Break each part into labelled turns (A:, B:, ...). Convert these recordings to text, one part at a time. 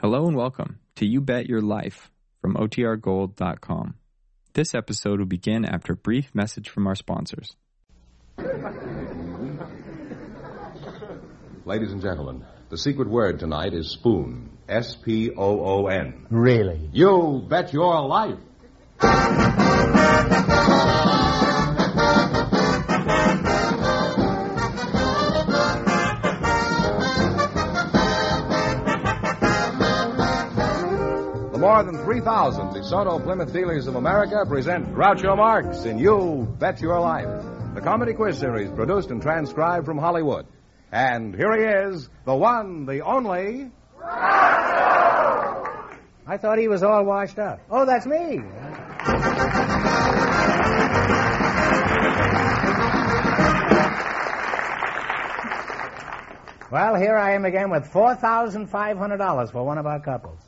A: Hello and welcome to You Bet Your Life from OTRGold.com. This episode will begin after a brief message from our sponsors.
B: Ladies and gentlemen, the secret word tonight is spoon. S P O O N.
C: Really?
B: You bet your life. The more than 3,000 DeSoto Plymouth dealers of America present Groucho Marx in You Bet Your Life, the comedy quiz series produced and transcribed from Hollywood. And here he is, the one, the only.
C: I thought he was all washed up. Oh, that's me. Well, here I am again with $4,500 for one of our couples.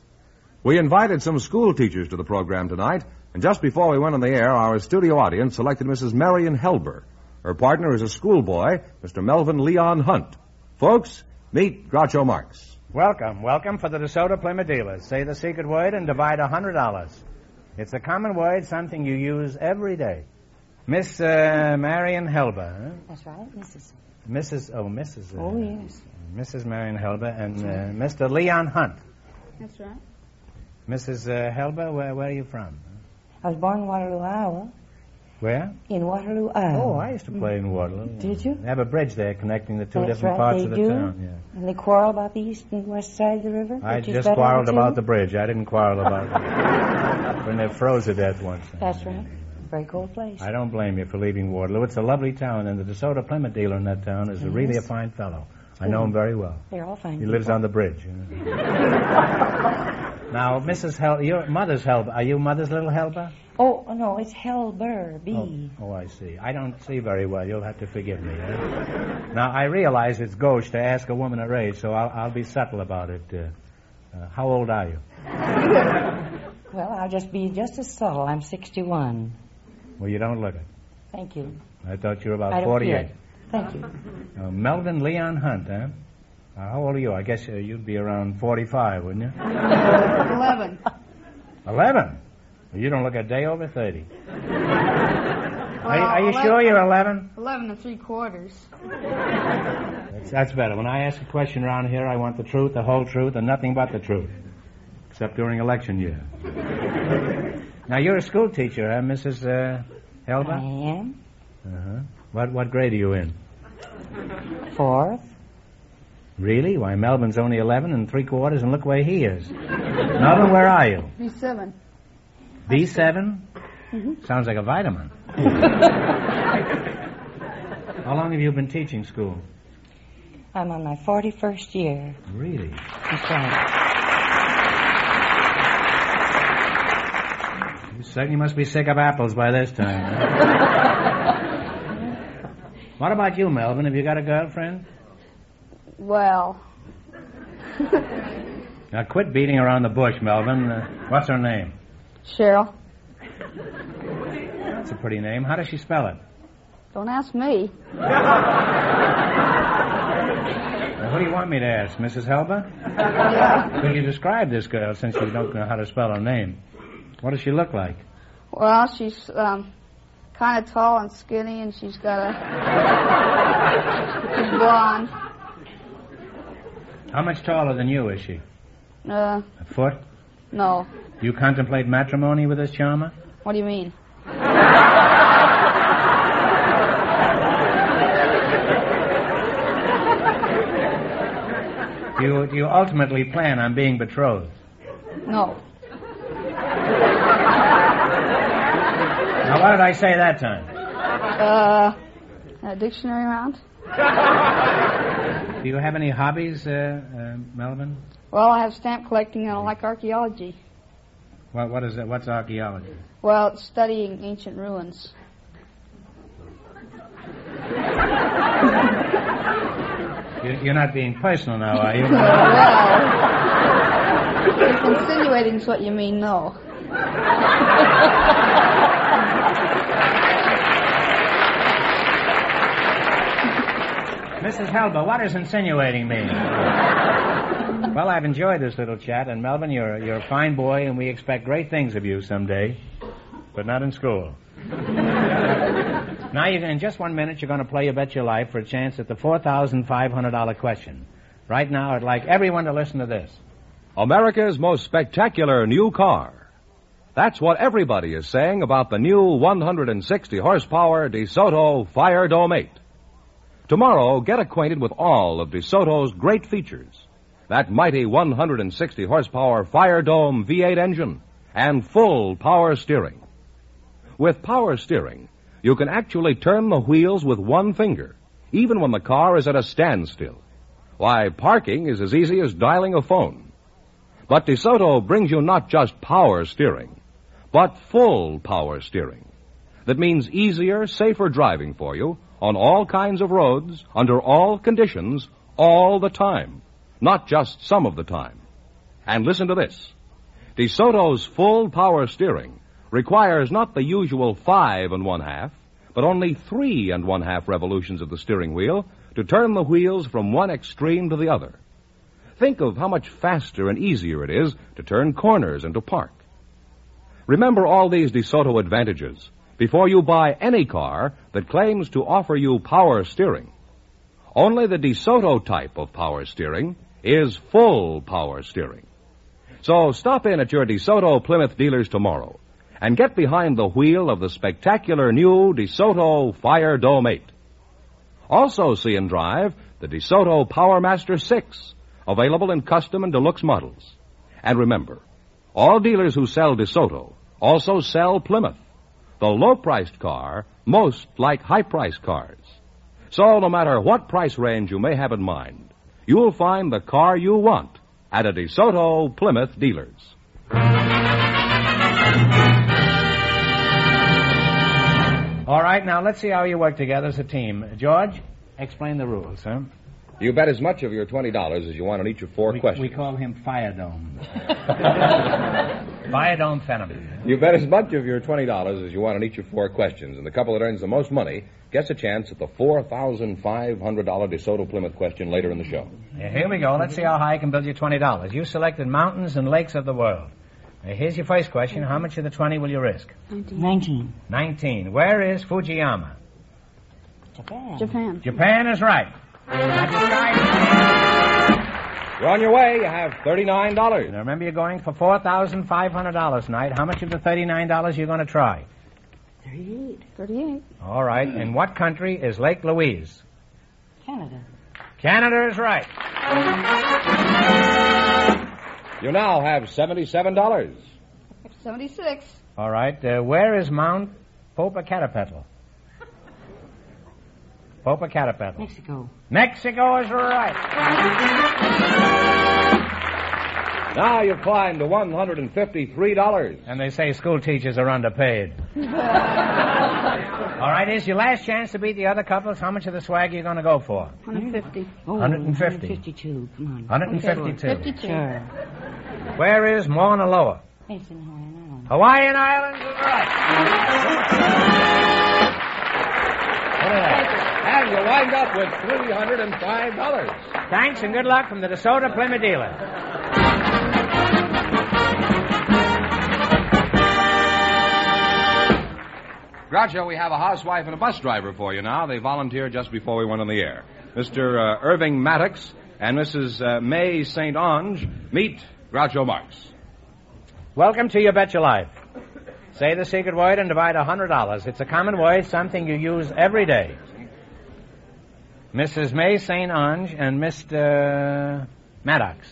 B: We invited some school teachers to the program tonight, and just before we went on the air, our studio audience selected Mrs. Marion Helber. Her partner is a schoolboy, Mr. Melvin Leon Hunt. Folks, meet Groucho Marx.
C: Welcome, welcome for the DeSoto Plymouth dealers. Say the secret word and divide $100. It's a common word, something you use every day. Miss uh, Marion Helber, huh?
D: That's right, Mrs.
C: Mrs. Oh, Mrs. uh,
D: Oh, yes.
C: Mrs. Marion Helber and uh, Mr. Leon Hunt.
D: That's right.
C: Mrs. Uh, Helber, where, where are you from?
D: I was born in Waterloo, Iowa.
C: Where?
D: In Waterloo, Iowa.
C: Oh, I used to play in Waterloo.
D: Did Mm-hmm. you?
C: They have a bridge there connecting the two
D: That's
C: different
D: right,
C: parts
D: they
C: of the
D: do.
C: town.
D: And they quarrel about the east and west side of the river.
C: Yeah. I
D: which is
C: just
D: better
C: quarreled
D: than
C: about the
D: two?
C: bridge. I didn't quarrel about it. when they froze to death once.
D: That's right. Very cool place.
C: I don't blame you for leaving Waterloo. It's a lovely town, and the DeSoto Plymouth dealer in that town is a really a fine fellow. I know him very well.
D: They're all fine.
C: He lives on the bridge. you know. now, Mrs. Hel, your mother's helper. Are you mother's little helper?
D: Oh, no, it's Helber, B.
C: Oh, I see. I don't see very well. You'll have to forgive me. eh? now, I realize it's gauche to ask a woman her age, so I'll, I'll be subtle about it. Uh, uh, how old are you?
D: Well, I'll just be just as subtle. I'm 61.
C: Well, you don't look it.
D: Thank you.
C: I thought you were
D: I
C: about
D: don't care.
C: 48.
D: Thank you.
C: Uh, Melvin Leon Hunt, huh? Uh, how old are you? I guess uh, you'd be around 45, wouldn't you?
D: 11.
C: 11? Well, you don't look a day over 30. are, are you sure you're 11?
E: 11 and three quarters.
C: That's, that's better. When I ask a question around here, I want the truth, the whole truth, and nothing but the truth. Except during election year. now, you're a school teacher, huh, Mrs. Uh,
D: I
C: Helba?
D: am.
C: Uh-huh. What, what grade are you in?
D: Fourth.
C: Really? Why, Melbourne's only 11 and three quarters, and look where he is. Melbourne, where are you?
E: Be seven.
C: B7?
D: Mm-hmm.
C: Sounds like a vitamin. How long have you been teaching school?
D: I'm on my 41st year.
C: Really?
D: That's right.
C: You certainly must be sick of apples by this time. what about you, Melvin? Have you got a girlfriend?
E: Well,
C: Now, quit beating around the bush, Melvin. Uh, what's her name?
E: Cheryl,
C: That's a pretty name. How does she spell it?
E: don't ask me.
C: Now, who do you want me to ask, Mrs. Helber? Will you describe this girl since you don't know how to spell her name? What does she look like?
E: Well, she's um, kind of tall and skinny, and she's got a. she's blonde.
C: How much taller than you is she?
E: Uh,
C: A foot?
E: no.
C: Do you contemplate matrimony with this charmer?
E: What do you mean?
C: Do you, do you ultimately plan on being betrothed?
E: No.
C: Now, what did I say that time?
E: Uh, a dictionary round?
C: Do you have any hobbies, uh, uh, Melvin?
E: Well, I have stamp collecting, and I like archaeology.
C: What, what is that? What's archaeology?
E: Well, it's studying ancient ruins.
C: You, you're not being personal now, are
E: Uh,
C: you?
E: Insinuating is what you mean, no.
C: Mrs. Helber, what is insinuating me? well, I've enjoyed this little chat, and Melvin, you're, a- you're a fine boy, and we expect great things of you someday, but not in school. now, you're, in just one minute, you're going to play You Bet Your Life for a chance at the $4,500 question. Right now, I'd like everyone to listen to this.
B: America's most spectacular new car. That's what everybody is saying about the new 160 horsepower DeSoto Fire Dome 8. Tomorrow, get acquainted with all of DeSoto's great features. That mighty 160 horsepower Fire Dome V8 engine and full power steering. With power steering, you can actually turn the wheels with one finger, even when the car is at a standstill. Why, parking is as easy as dialing a phone. But DeSoto brings you not just power steering, but full power steering. That means easier, safer driving for you on all kinds of roads, under all conditions, all the time, not just some of the time. And listen to this DeSoto's full power steering requires not the usual five and one half, but only three and one half revolutions of the steering wheel to turn the wheels from one extreme to the other. Think of how much faster and easier it is to turn corners and to park. Remember all these DeSoto advantages before you buy any car that claims to offer you power steering. Only the DeSoto type of power steering is full power steering. So stop in at your DeSoto Plymouth dealers tomorrow and get behind the wheel of the spectacular new DeSoto Fire Dome 8. Also see and drive the DeSoto Power Master 6, available in custom and deluxe models. And remember, all dealers who sell DeSoto also sell Plymouth, the low-priced car most like high-priced cars. So no matter what price range you may have in mind, you'll find the car you want at a DeSoto Plymouth dealers.
C: All right, now let's see how you work together as a team. George, explain the rules, huh?
B: You bet as much of your $20 as you want on each of four
C: We,
B: questions.
C: we call him Fire Dome. Fire Dome Fenneman.
B: You bet as much of your $20 as you want on each of four questions, and the couple that earns the most money gets a chance at the $4,500 DeSoto Plymouth question later in the show.
C: Yeah, here we go. Let's see how high I can build you $20. You selected mountains and lakes of the world. Now, here's your first question. How much of the 20 will you risk?
D: 19.
C: 19. Where is Fujiyama?
D: Japan.
E: Japan.
C: Japan is right. Now, decide-
B: You're on your way. You have $39.
C: Now, remember, you're going for $4,500 tonight. How much of the $39 you are going to try?
D: 38.
E: 38.
C: All right. In what country is Lake Louise?
D: Canada.
C: Canada is right.
B: You now have $77.
E: 76.
C: All right. Uh, where is Mount Popocatépetl? Popocatépetl.
D: Mexico.
C: Mexico is right.
B: Now you've climbed to $153.
C: And they say school teachers are underpaid. All right, here's your last chance to beat the other couples. How much of the swag are you going to go for?
E: 150.
D: Oh,
C: 150.
D: 152. Come on.
C: 152.
E: 52.
D: Sure.
C: Where is Mauna Loa?
D: It's in Hawaiian
C: Hawaiian
D: Island.
C: Islands is right. Look at
B: And you wind up with $305.
C: that. Thanks and good luck from the DeSoto Plymouth dealer.
B: Groucho, we have a housewife and a bus driver for you now. They volunteered just before we went on the air. Mr. Uh, Irving Maddox and Mrs. Uh, May St. Ange meet Groucho Marx.
C: Welcome to You Bet Your Life. Say the secret word and divide $100. It's a common word, something you use every day. Mrs. May St. Ange and Mr. Maddox.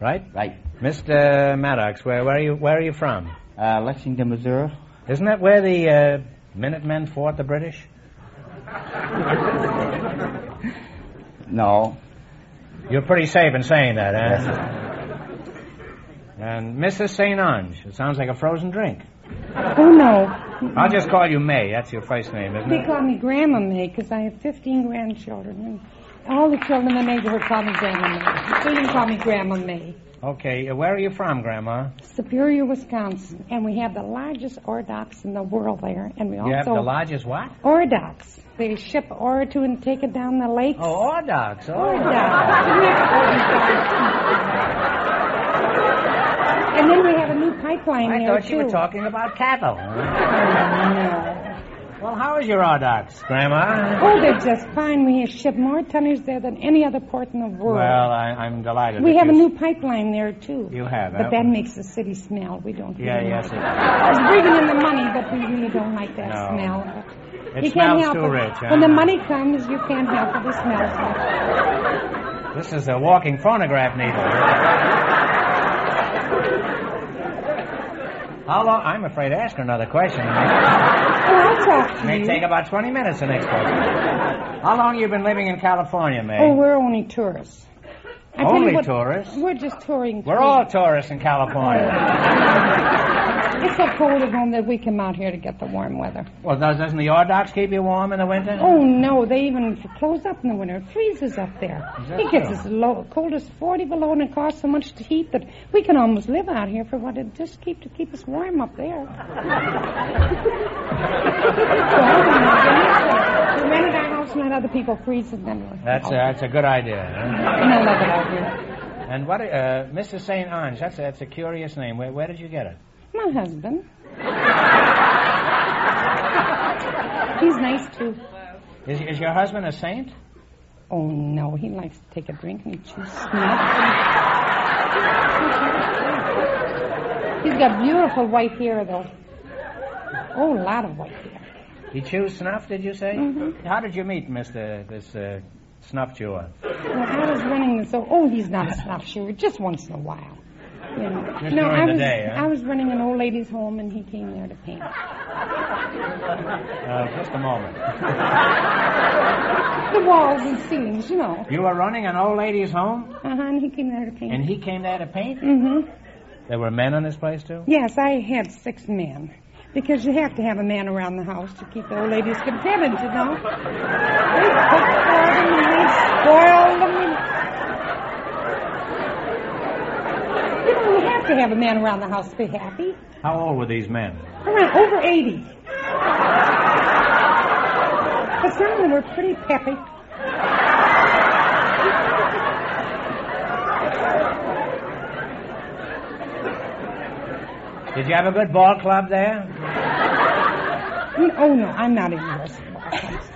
C: Right?
F: Right.
C: Mr. Maddox, where, where, are, you, where are you from?
F: Uh, Lexington, Missouri.
C: Isn't that where the uh, Minutemen fought the British?
F: No.
C: You're pretty safe in saying that, eh? And Mrs. St. Ange. It sounds like a frozen drink.
G: Oh, no.
C: I'll just call you May. That's your first name, isn't
G: They
C: it?
G: call me Grandma May because I have 15 grandchildren. And all the children in the neighborhood call me Grandma May. They didn't call me Grandma May.
C: Okay, uh, where are you from, Grandma?
G: Superior, Wisconsin, and we have the largest ore docks in the world there, and we
C: You have
G: also
C: the largest what?
G: ore docks. They ship ore to and take it down the lake.
C: Oh, ore docks.
G: Ore
C: Oh.
G: docks. Isn't that- and then we have a new pipeline
C: I
G: there
C: thought
G: too.
C: you were talking about cattle. well, how is your ore docks, Grandma?
G: Oh, they're just fine. We ship more tonnage there than any other port in the world.
C: Well, I, I'm delighted.
G: Oh. we
C: that
G: have a
C: you-
G: new pipeline there too.
C: You have,
G: But
C: huh?
G: that makes the city smell. We don't.
C: Yeah,
G: really
C: yes.
G: like
C: It,
G: It's bringing in the money, but we really don't like that
C: No.
G: smell.
C: it
G: you can't
C: smells
G: help
C: too
G: it.
C: rich. uh-huh. Huh?
G: When the money comes, you can't help it. The smell.
C: This is a walking phonograph needle. How long? I'm afraid to ask her another question. It
G: Oh, I'll talk to
C: may
G: you.
C: take about 20 minutes, the next question. How long you been living in California, May?
G: Oh, we're only tourists. I tell you
C: Only
G: what,
C: tourists?
G: We're just touring.
C: We're
G: through.
C: all tourists in California.
G: It's so cold at home that we come out here to get the warm weather.
C: Well, does- doesn't the Ordox keep you warm in the winter?
G: Oh no, they even f- close up in the winter. It freezes up there.
C: that
G: It gets
C: so?
G: as low, cold as forty below, and it costs so much to heat that we can almost live out here for what it just keep to keep us warm up there. well, we rented our house and let other people freeze and then we're-
C: That's a, that's a good idea.
G: and I love it out here.
C: Huh? And what, uh, Mrs. St. Ange, that's a, that's a curious name. Where, where did you get it?
G: My husband. He's nice too.
C: Is, is your husband a saint?
G: Oh no, he likes to take a drink and chew snuff. He's got beautiful white hair though. Oh, a lot of white hair.
C: He chews snuff, did you say?
G: Mm-hmm.
C: How did you meet Mr. this uh, snuff chewer?
G: Well, I was running this. Oh, oh, he's not a snuff shooter. Just once in a while. You know.
C: Just
G: no,
C: during
G: I
C: the
G: was
C: day, huh?
G: I was running an old lady's home and he came there to paint.
C: Uh, just a moment.
G: The walls and ceilings, you know.
C: You were running an old lady's home,
G: Uh huh. And he came there to paint.
C: and he came there to paint?
G: mm-hmm.
C: There were men in this place, too?
G: Yes, I had six men. Because you have to have a man around the house to keep the old ladies contented, you know. They cook for them and they spoil them. And... You know, you have to have a man around the house to be happy.
C: How old were these men?
G: Around over 80. But some of them were pretty peppy.
C: Did you have a good ball club there?
G: Mm, Oh, no, I'm not interested in ball clubs.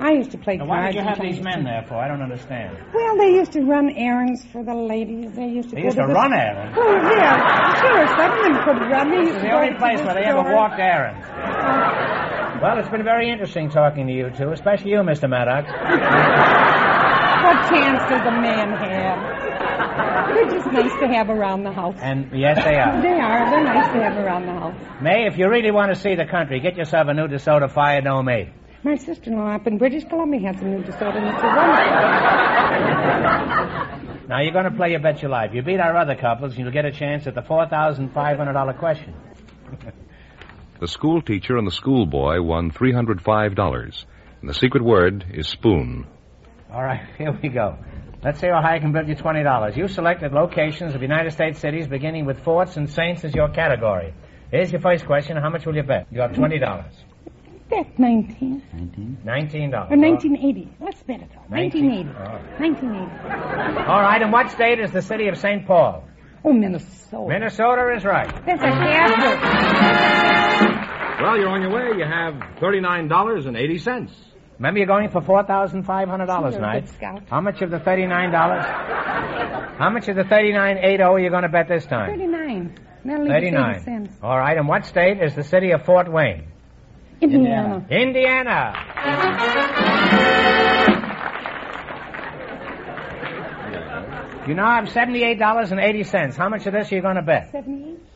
G: I used to play
C: Now,
G: cards.
C: why did you
G: and
C: have
G: trying
C: these
G: to-
C: men there for? I don't understand.
G: Well, they used to run errands for the ladies. They used to
C: They
G: go
C: used
G: to
C: to
G: the
C: run errands.
G: Oh, yeah. Sure, some of them could run. They used
C: This is
G: to
C: the
G: go
C: only
G: to
C: place
G: the
C: where they
G: store.
C: ever walked errands. Well, it's been very interesting talking to you two, especially you, Mr. Maddox.
G: What chance does a man have? They're just nice to have around the house.
C: And yes, they are.
G: They are. They're nice to have around the house.
C: May, if you really want to see the country, get yourself a new DeSoto Fire Dome 8.
G: My sister-in-law up in British Columbia had some new disorder, and it's wonderful.
C: Now, you're going to play your bet your life. You beat our other couples, and you'll get a chance at the $4,500 question.
F: The school teacher and the schoolboy won $305, and the secret word is spoon.
C: All right, here we go. Let's see how high I can build you $20. You selected locations of United States cities beginning with forts and saints as your category. Here's your first question. How much will you bet? You have $20.
G: That's 19.
C: $19.
G: Or 1980. Let's bet it. 1980.
C: All right.
G: 1980.
C: All right, and what state is the city of St. Paul?
G: Oh, Minnesota.
C: Minnesota is right.
G: That's a capital.
F: Well, you're on your way. You have $39.80.
C: Remember, you're going for $4,500
G: You're a
C: tonight.
G: good scout.
C: How much of the $39? How much of the $39.80 are you going to bet this time?
G: 39. That'll leave us 80
C: 39.
G: cents.
C: All right, and what state is the city of Fort Wayne?
G: Indiana.
C: Indiana. You now have seventy-eight dollars and eighty cents. How much of this are you going to bet?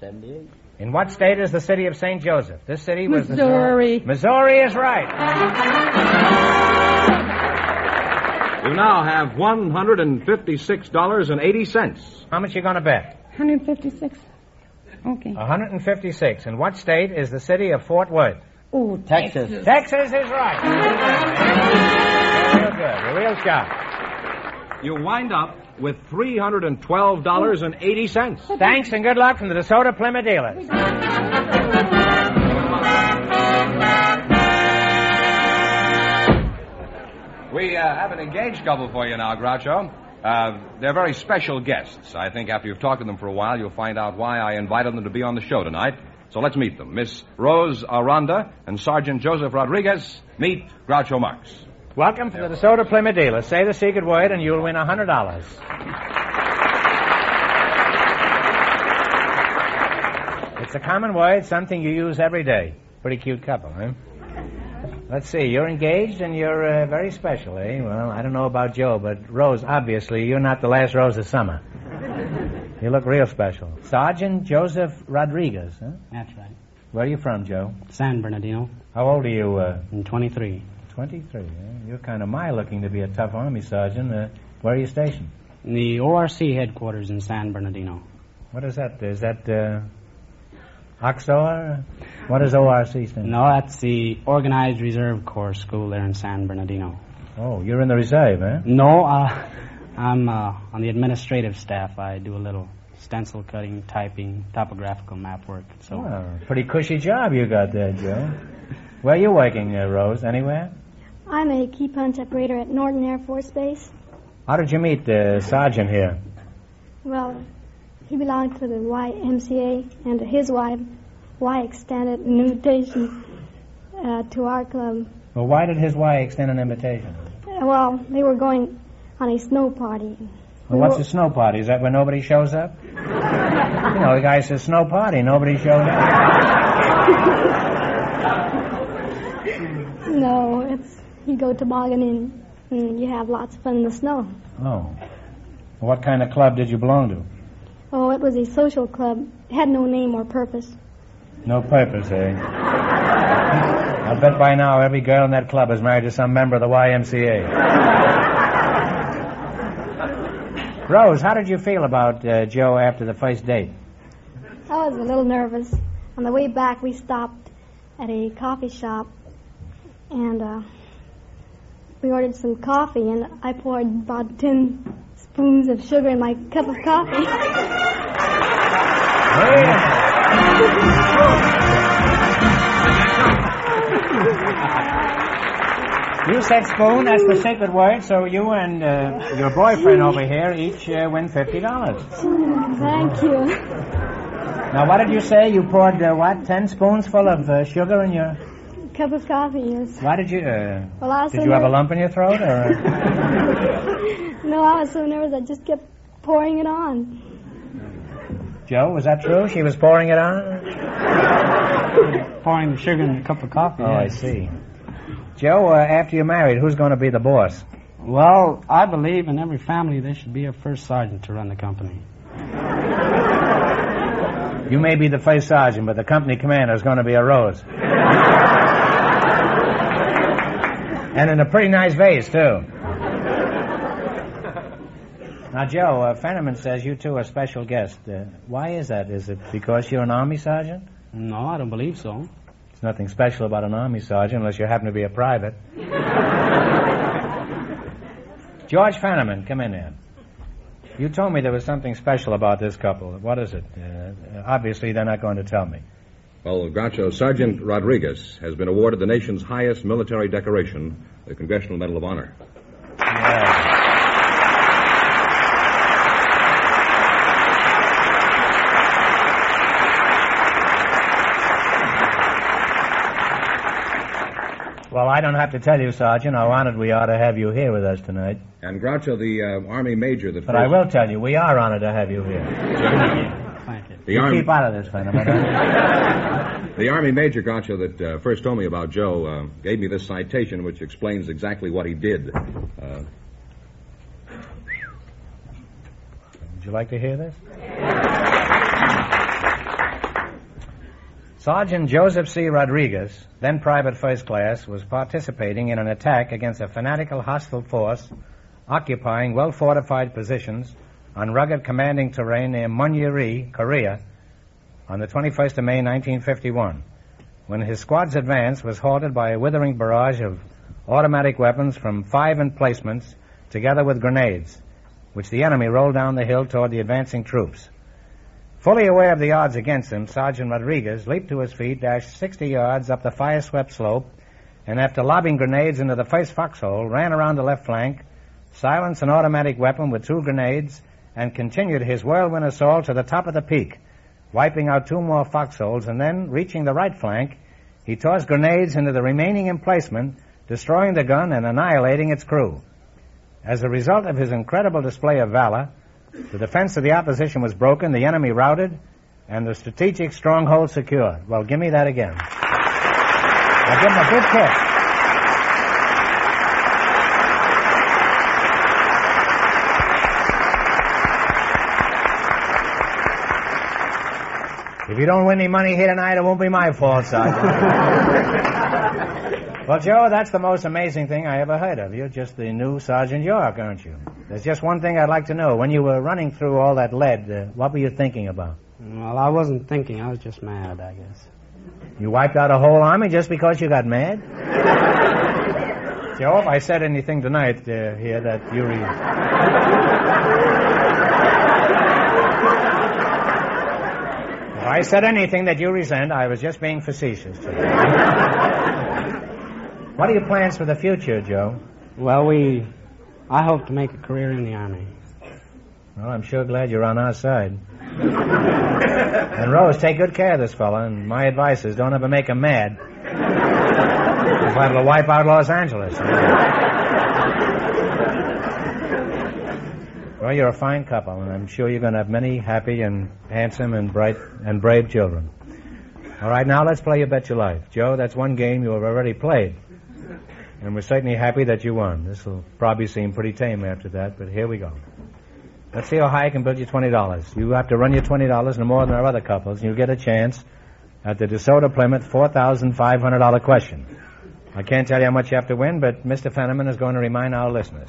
G: 78.
C: In what state is the city of Saint Joseph? This city was the-
G: Missouri.
C: Missouri is right.
F: You now have $156.80.
C: How much are you going to bet?
G: 156. Okay.
C: One hundred and fifty-six. In what state is the city of Fort Worth?
G: Oh, Texas.
C: Texas is right. Real good. A real shot.
F: You wind up
H: with $312.80.
C: Thanks and good luck from the DeSoto Plymouth dealers.
H: We uh, have an engaged couple for you now, Groucho. Uh, they're very special guests. I think after you've talked to them for a while, you'll find out why I invited them to be on the show tonight. So let's meet them. Miss Rose Aranda and Sergeant Joseph Rodriguez meet Groucho Marx.
C: Welcome to the DeSoto Plymouth dealers. Say the secret word and you'll win a $100. It's a common word, something you use every day. Pretty cute couple, huh? Let's see, you're engaged and you're uh, very special, eh? Well, I don't know about Joe, but Rose, obviously, you're not the last Rose of summer. you look real special. Sergeant Joseph Rodriguez, huh?
I: That's right.
C: Where are you from, Joe?
I: San Bernardino.
C: How old are you? Uh,
I: I'm 23.
C: 23. eh? You're kind of my looking to be a tough Army sergeant. Uh, where are you stationed?
I: In the ORC headquarters in San Bernardino.
C: What is that? Is that uh, OXOR? What does ORC stand
I: No, that's the Organized Reserve Corps school there in San Bernardino.
C: Oh, you're in the reserve, eh?
I: No, uh, I'm uh, on the administrative staff. I do a little stencil cutting, typing, topographical map work. So
C: Well, pretty cushy job you got there, Joe. Where are you working, uh, Rose? Anywhere?
G: I'm a key punch operator at Norton Air Force Base.
C: How did you meet the sergeant here?
G: Well, he belonged to the YMCA, and to his wife, Y extended an invitation uh, to our club.
C: Well, why did his wife extend an invitation?
G: Uh, Well, they were going on a snow party.
C: Well, what's a snow party? Is that where nobody shows up? you know, the guy says snow party, nobody shows up.
G: No, it's you go tobogganing and you have lots of fun in the snow.
C: Oh. What kind of club did you belong to?
G: Oh, it was a social club. It had no name or purpose.
C: No purpose, eh? I bet by now every girl in that club is married to some member of the YMCA. Rose, how did you feel about uh, Joe after the first date?
G: I was a little nervous. On the way back, we stopped at a coffee shop and uh, we ordered some coffee, and I poured about 10 spoons of sugar in my cup of coffee.
C: You said spoon, that's the sacred word, so you and uh, your boyfriend over here each uh, win $50.
G: Thank you.
C: Now, what did you say? You poured, uh, what, 10 spoons full of uh, sugar in your.
G: Cup of coffee, yes.
C: Why did you. Uh,
G: Well, I was
C: did
G: so
C: you have a
G: ner-
C: lump in your throat? or... uh,
G: No, I was so nervous I just kept pouring it on.
C: Joe, was that true? She was pouring it on?
I: pouring the sugar in a cup of coffee.
C: Oh, I
I: yeah.
C: see. Joe, uh, after you're married, who's going to be the boss?
I: Well, I believe in every family there should be a first sergeant to run the company.
C: You may be the first sergeant, but the company commander is going to be a rose. and in a pretty nice vase, too. Now, Joe, uh, Fenneman says you two are special guests. Uh, why is that? Is it because you're an Army sergeant?
I: No, I don't believe so.
C: There's nothing special about an Army sergeant unless you happen to be a private. George Fenneman, come in here. You told me there was something special about this couple. What is it? Uh, obviously, they're not going to tell me.
B: Well, Groucho, Sergeant Rodriguez has been awarded the nation's highest military decoration, the Congressional Medal of Honor.
C: Well, I don't have to tell you, Sergeant, how honored we are to have you here with us tonight.
B: And Groucho, the uh, Army major that.
C: But I will tell you, we are honored to have you here.
I: Thank you.
B: The Army,
C: Keep out of this, Fenneman.
B: the Army major, Groucho, that uh, first told me about Joe, uh, gave me this citation which explains exactly what he did. Uh,
C: Would you like to hear this? Sergeant Joseph C. Rodriguez, then Private First Class, was participating in an attack against a fanatical hostile force occupying well fortified positions on rugged commanding terrain near Munyery, Korea, on the 21st of May, 1951, when his squad's advance was halted by a withering barrage of automatic weapons from five emplacements, together with grenades. which the enemy rolled down the hill toward the advancing troops. Fully aware of the odds against him, Sergeant Rodriguez leaped to his feet, dashed 60 yards up the fire swept slope, and after lobbing grenades into the first foxhole, ran around the left flank, silenced an automatic weapon with two grenades, and continued his whirlwind assault to the top of the peak, wiping out two more foxholes, and then, reaching the right flank, he tossed grenades into the remaining emplacement, destroying the gun and annihilating its crew. As a result of his incredible display of valor, the defense of the opposition was broken, the enemy routed, and the strategic stronghold secured. Well, give me that again. Now give him a good kiss. If you don't win any money here tonight, it won't be my fault, Sergeant. well, Joe, that's the most amazing thing I ever heard of. You're just the new Sergeant York, aren't you? There's just one thing I'd like to know. When you were running through all that lead, uh, what were you thinking about?
I: Well, I wasn't thinking. I was just mad, I guess.
C: You wiped out a whole army just because you got mad? Joe, if I said anything tonight uh, here that you re- if I said anything that you resent, I was just being facetious. Joe. what are your plans for the future, Joe?
I: Well, we. I hope to make a career in the Army.
C: Well, I'm sure glad you're on our side. and Rose, take good care of this fella, and my advice is don't ever make him mad. He's liable to wipe out Los Angeles. well, you're a fine couple, and I'm sure you're going to have many happy and handsome and bright and brave children. All right, now let's play You Bet Your Life. Joe, that's one game you have already played. And we're certainly happy that you won. This will probably seem pretty tame after that, but here we go. Let's see how high I can build you twenty dollars. You have to run your twenty dollars no more than our other couples, and you get a chance at the DeSoto Plymouth four thousand five hundred dollar question. I can't tell you how much you have to win, but Mr. Fenneman is going to remind our listeners.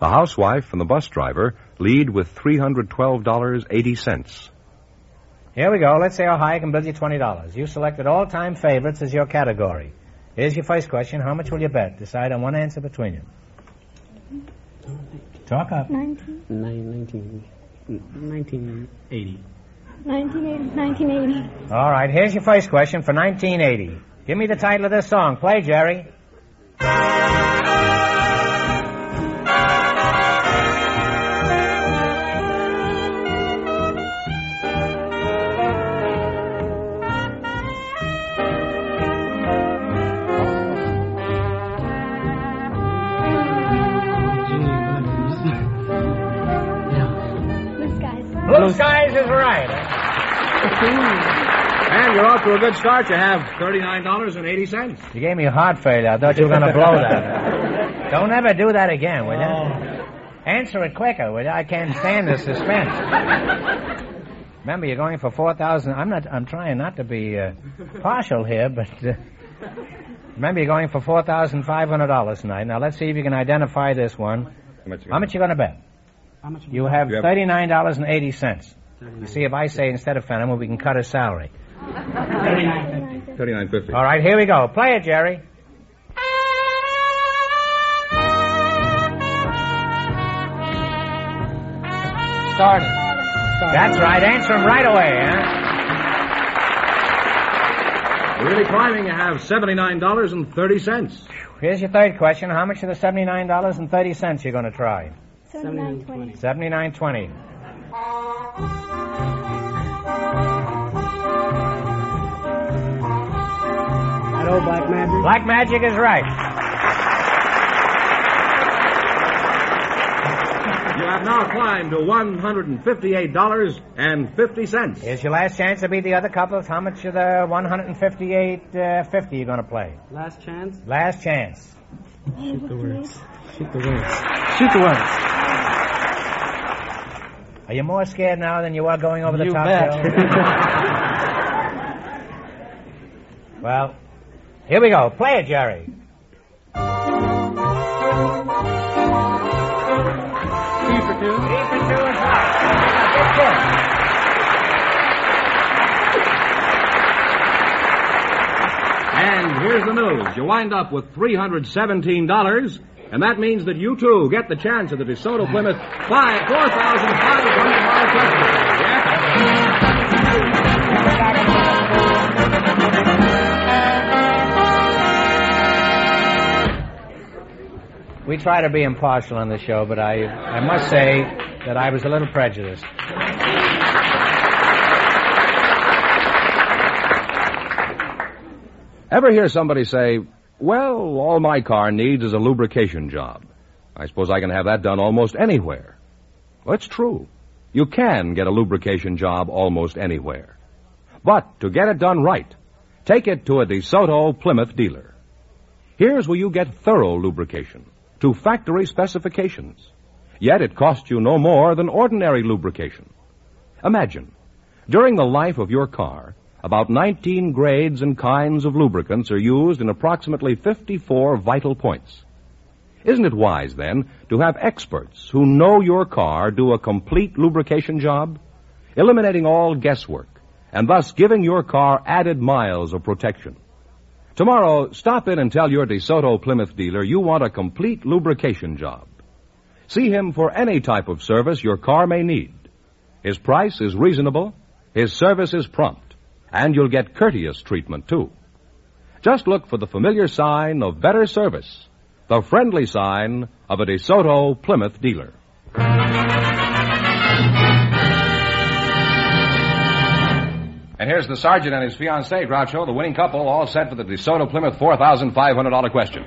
F: The housewife and the bus driver lead with $312.80.
C: Here we go. Let's say how high I can build you twenty dollars. You selected all time favorites as your category. Here's your first question. How much will you bet? Decide on one answer between you. Talk up.
J: 19,
I: Nine, 19, 1980.
J: 1980, 1980.
C: All right, here's your first question for 1980. Give me the title of this song. Play, Jerry.
J: Blue skies.
C: Blue Skies is right. eh?
F: And you're off to a good start. You have $39.80.
C: You gave me a heart failure. I thought you were going to blow that. Don't ever do that again, will you?
F: Oh.
C: Answer it quicker, will you? I can't stand the suspense. Remember, you're going for four thousand. I'm not. I'm trying not to be uh, partial here, but uh, remember, you're going for four thousand five hundred dollars tonight. Now let's see if you can identify this one.
F: How much? you
C: How
F: got?
C: much you going to bet?
I: How much?
C: You have
F: You have-
C: thirty-nine dollars and eighty cents. You see, if I say instead of Fenimore, we can cut his salary.
I: 39.
F: $39.50.
C: All right, here we go. Play it, Jerry. Started. That's right. Answer him right away, huh?
F: You're really climbing. You have $79.30.
C: Here's your third question. How much of the seventy-nine dollars and thirty cents you're going to try?
J: 7920.
C: Seventy-nine twenty.
I: That old black magic.
C: Black magic is right.
F: You have now climbed to $158.50.
C: Here's your last chance to beat the other couples. How much of the one hundred and fifty-eight uh, fifty you going to play?
I: Last chance.
C: Last chance.
I: Shoot the words. Shoot the words. Shoot the words.
C: Are you more scared now than you were going over the
I: You
C: top? Joe? well, here we go. Play it, Jerry. Three for two is right. Good kick.
F: And here's the news. You wind up with $317.80. And that means that you too get the chance of the DeSoto Plymouth five four thousand five hundred dollar check.
C: We try to be impartial on the show, but I, I must say that I was a little prejudiced.
B: Ever hear somebody say, Well, all my car needs is a lubrication job. I suppose I can have that done almost anywhere. Well, it's true. You can get a lubrication job almost anywhere. But to get it done right, take it to a DeSoto Plymouth dealer. Here's where you get thorough lubrication to factory specifications. Yet it costs you no more than ordinary lubrication. Imagine, during the life of your car, about 19 grades and kinds of lubricants are used in approximately 54 vital points. Isn't it wise, then, to have experts who know your car do a complete lubrication job, eliminating all guesswork, and thus giving your car added miles of protection? Tomorrow, stop in and tell your DeSoto Plymouth dealer you want a complete lubrication job. See him for any type of service your car may need. His price is reasonable, his service is prompt, and you'll get courteous treatment, too. Just look for the familiar sign of better service, the friendly sign of a DeSoto Plymouth dealer. And here's the sergeant and his fiancee, Groucho, the winning couple, all set for the DeSoto Plymouth $4,500 question.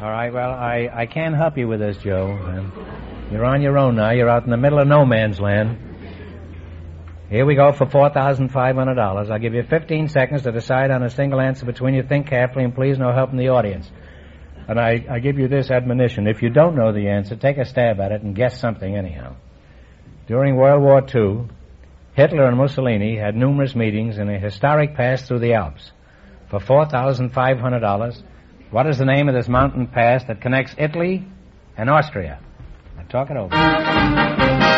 C: All right, well, I, I can't help you with this, Joe. Um, you're on your own now. You're out in the middle of no man's land. Here we go for $4,500. I'll give you 15 seconds to decide on a single answer between you. Think carefully, and please no help from the audience. And I, I give you this admonition. If you don't know the answer, take a stab at it and guess something anyhow. During World War II, Hitler and Mussolini had numerous meetings in a historic pass through the Alps. For $4,500, what is the name of this mountain pass that connects Italy and Austria? Now talk it over.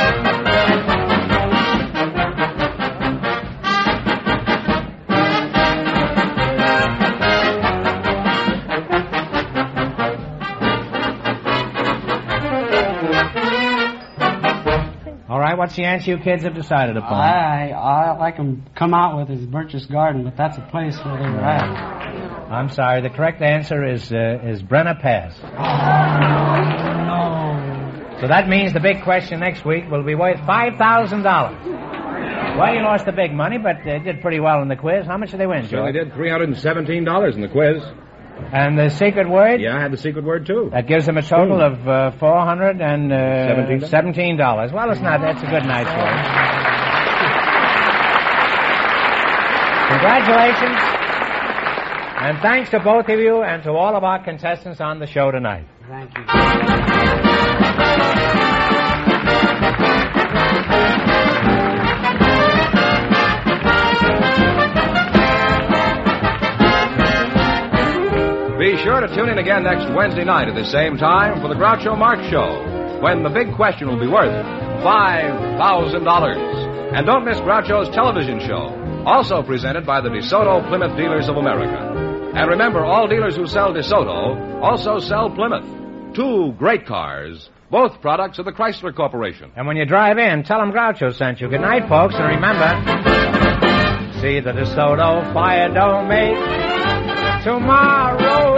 C: All right, what's the answer you kids have decided upon?
I: I, all I can come out with is Birch's Garden, but that's a place where they were at.
C: I'm sorry. The correct answer is uh, is Brenner Pass. So that means the big question next week will be worth five thousand dollars. Well, you lost the big money, but uh, did pretty well in the quiz. How much did they win,
F: Well, they
C: George?
F: did three hundred and seventeen dollars in the quiz.
C: And the secret word
F: Yeah, I had the secret word too.
C: that gives them a total of uh, four hundred and
F: Seventeen
C: uh,
F: dollars?
C: seventeen dollars. Well, it's not. That's a good night, George. Congratulations, and thanks to both of you and to all of our contestants on the show tonight.
I: Thank you.
B: Be sure to tune in again next Wednesday night at the same time for the Groucho Marx Show, when the big question will be worth $5,000. And don't miss Groucho's television show, also presented by the DeSoto Plymouth Dealers of America. And remember, all dealers who sell DeSoto also sell Plymouth. Two great cars, both products of the Chrysler Corporation.
C: And when you drive in, tell them Groucho sent you. Good night, folks, and remember, see the DeSoto fire don't make tomorrow.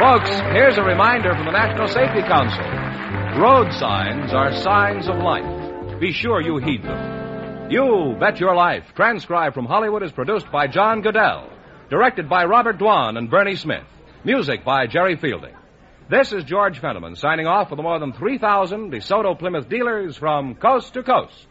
B: Folks, here's a reminder from the National Safety Council. Road signs are signs of life. Be sure you heed them. You Bet Your Life, transcribed from Hollywood, is produced by John Goodell, directed by Robert Dwan and Bernie Smith, music by Jerry Fielding. This is George Fenneman signing off for the more than 3,000 DeSoto Plymouth dealers from coast to coast.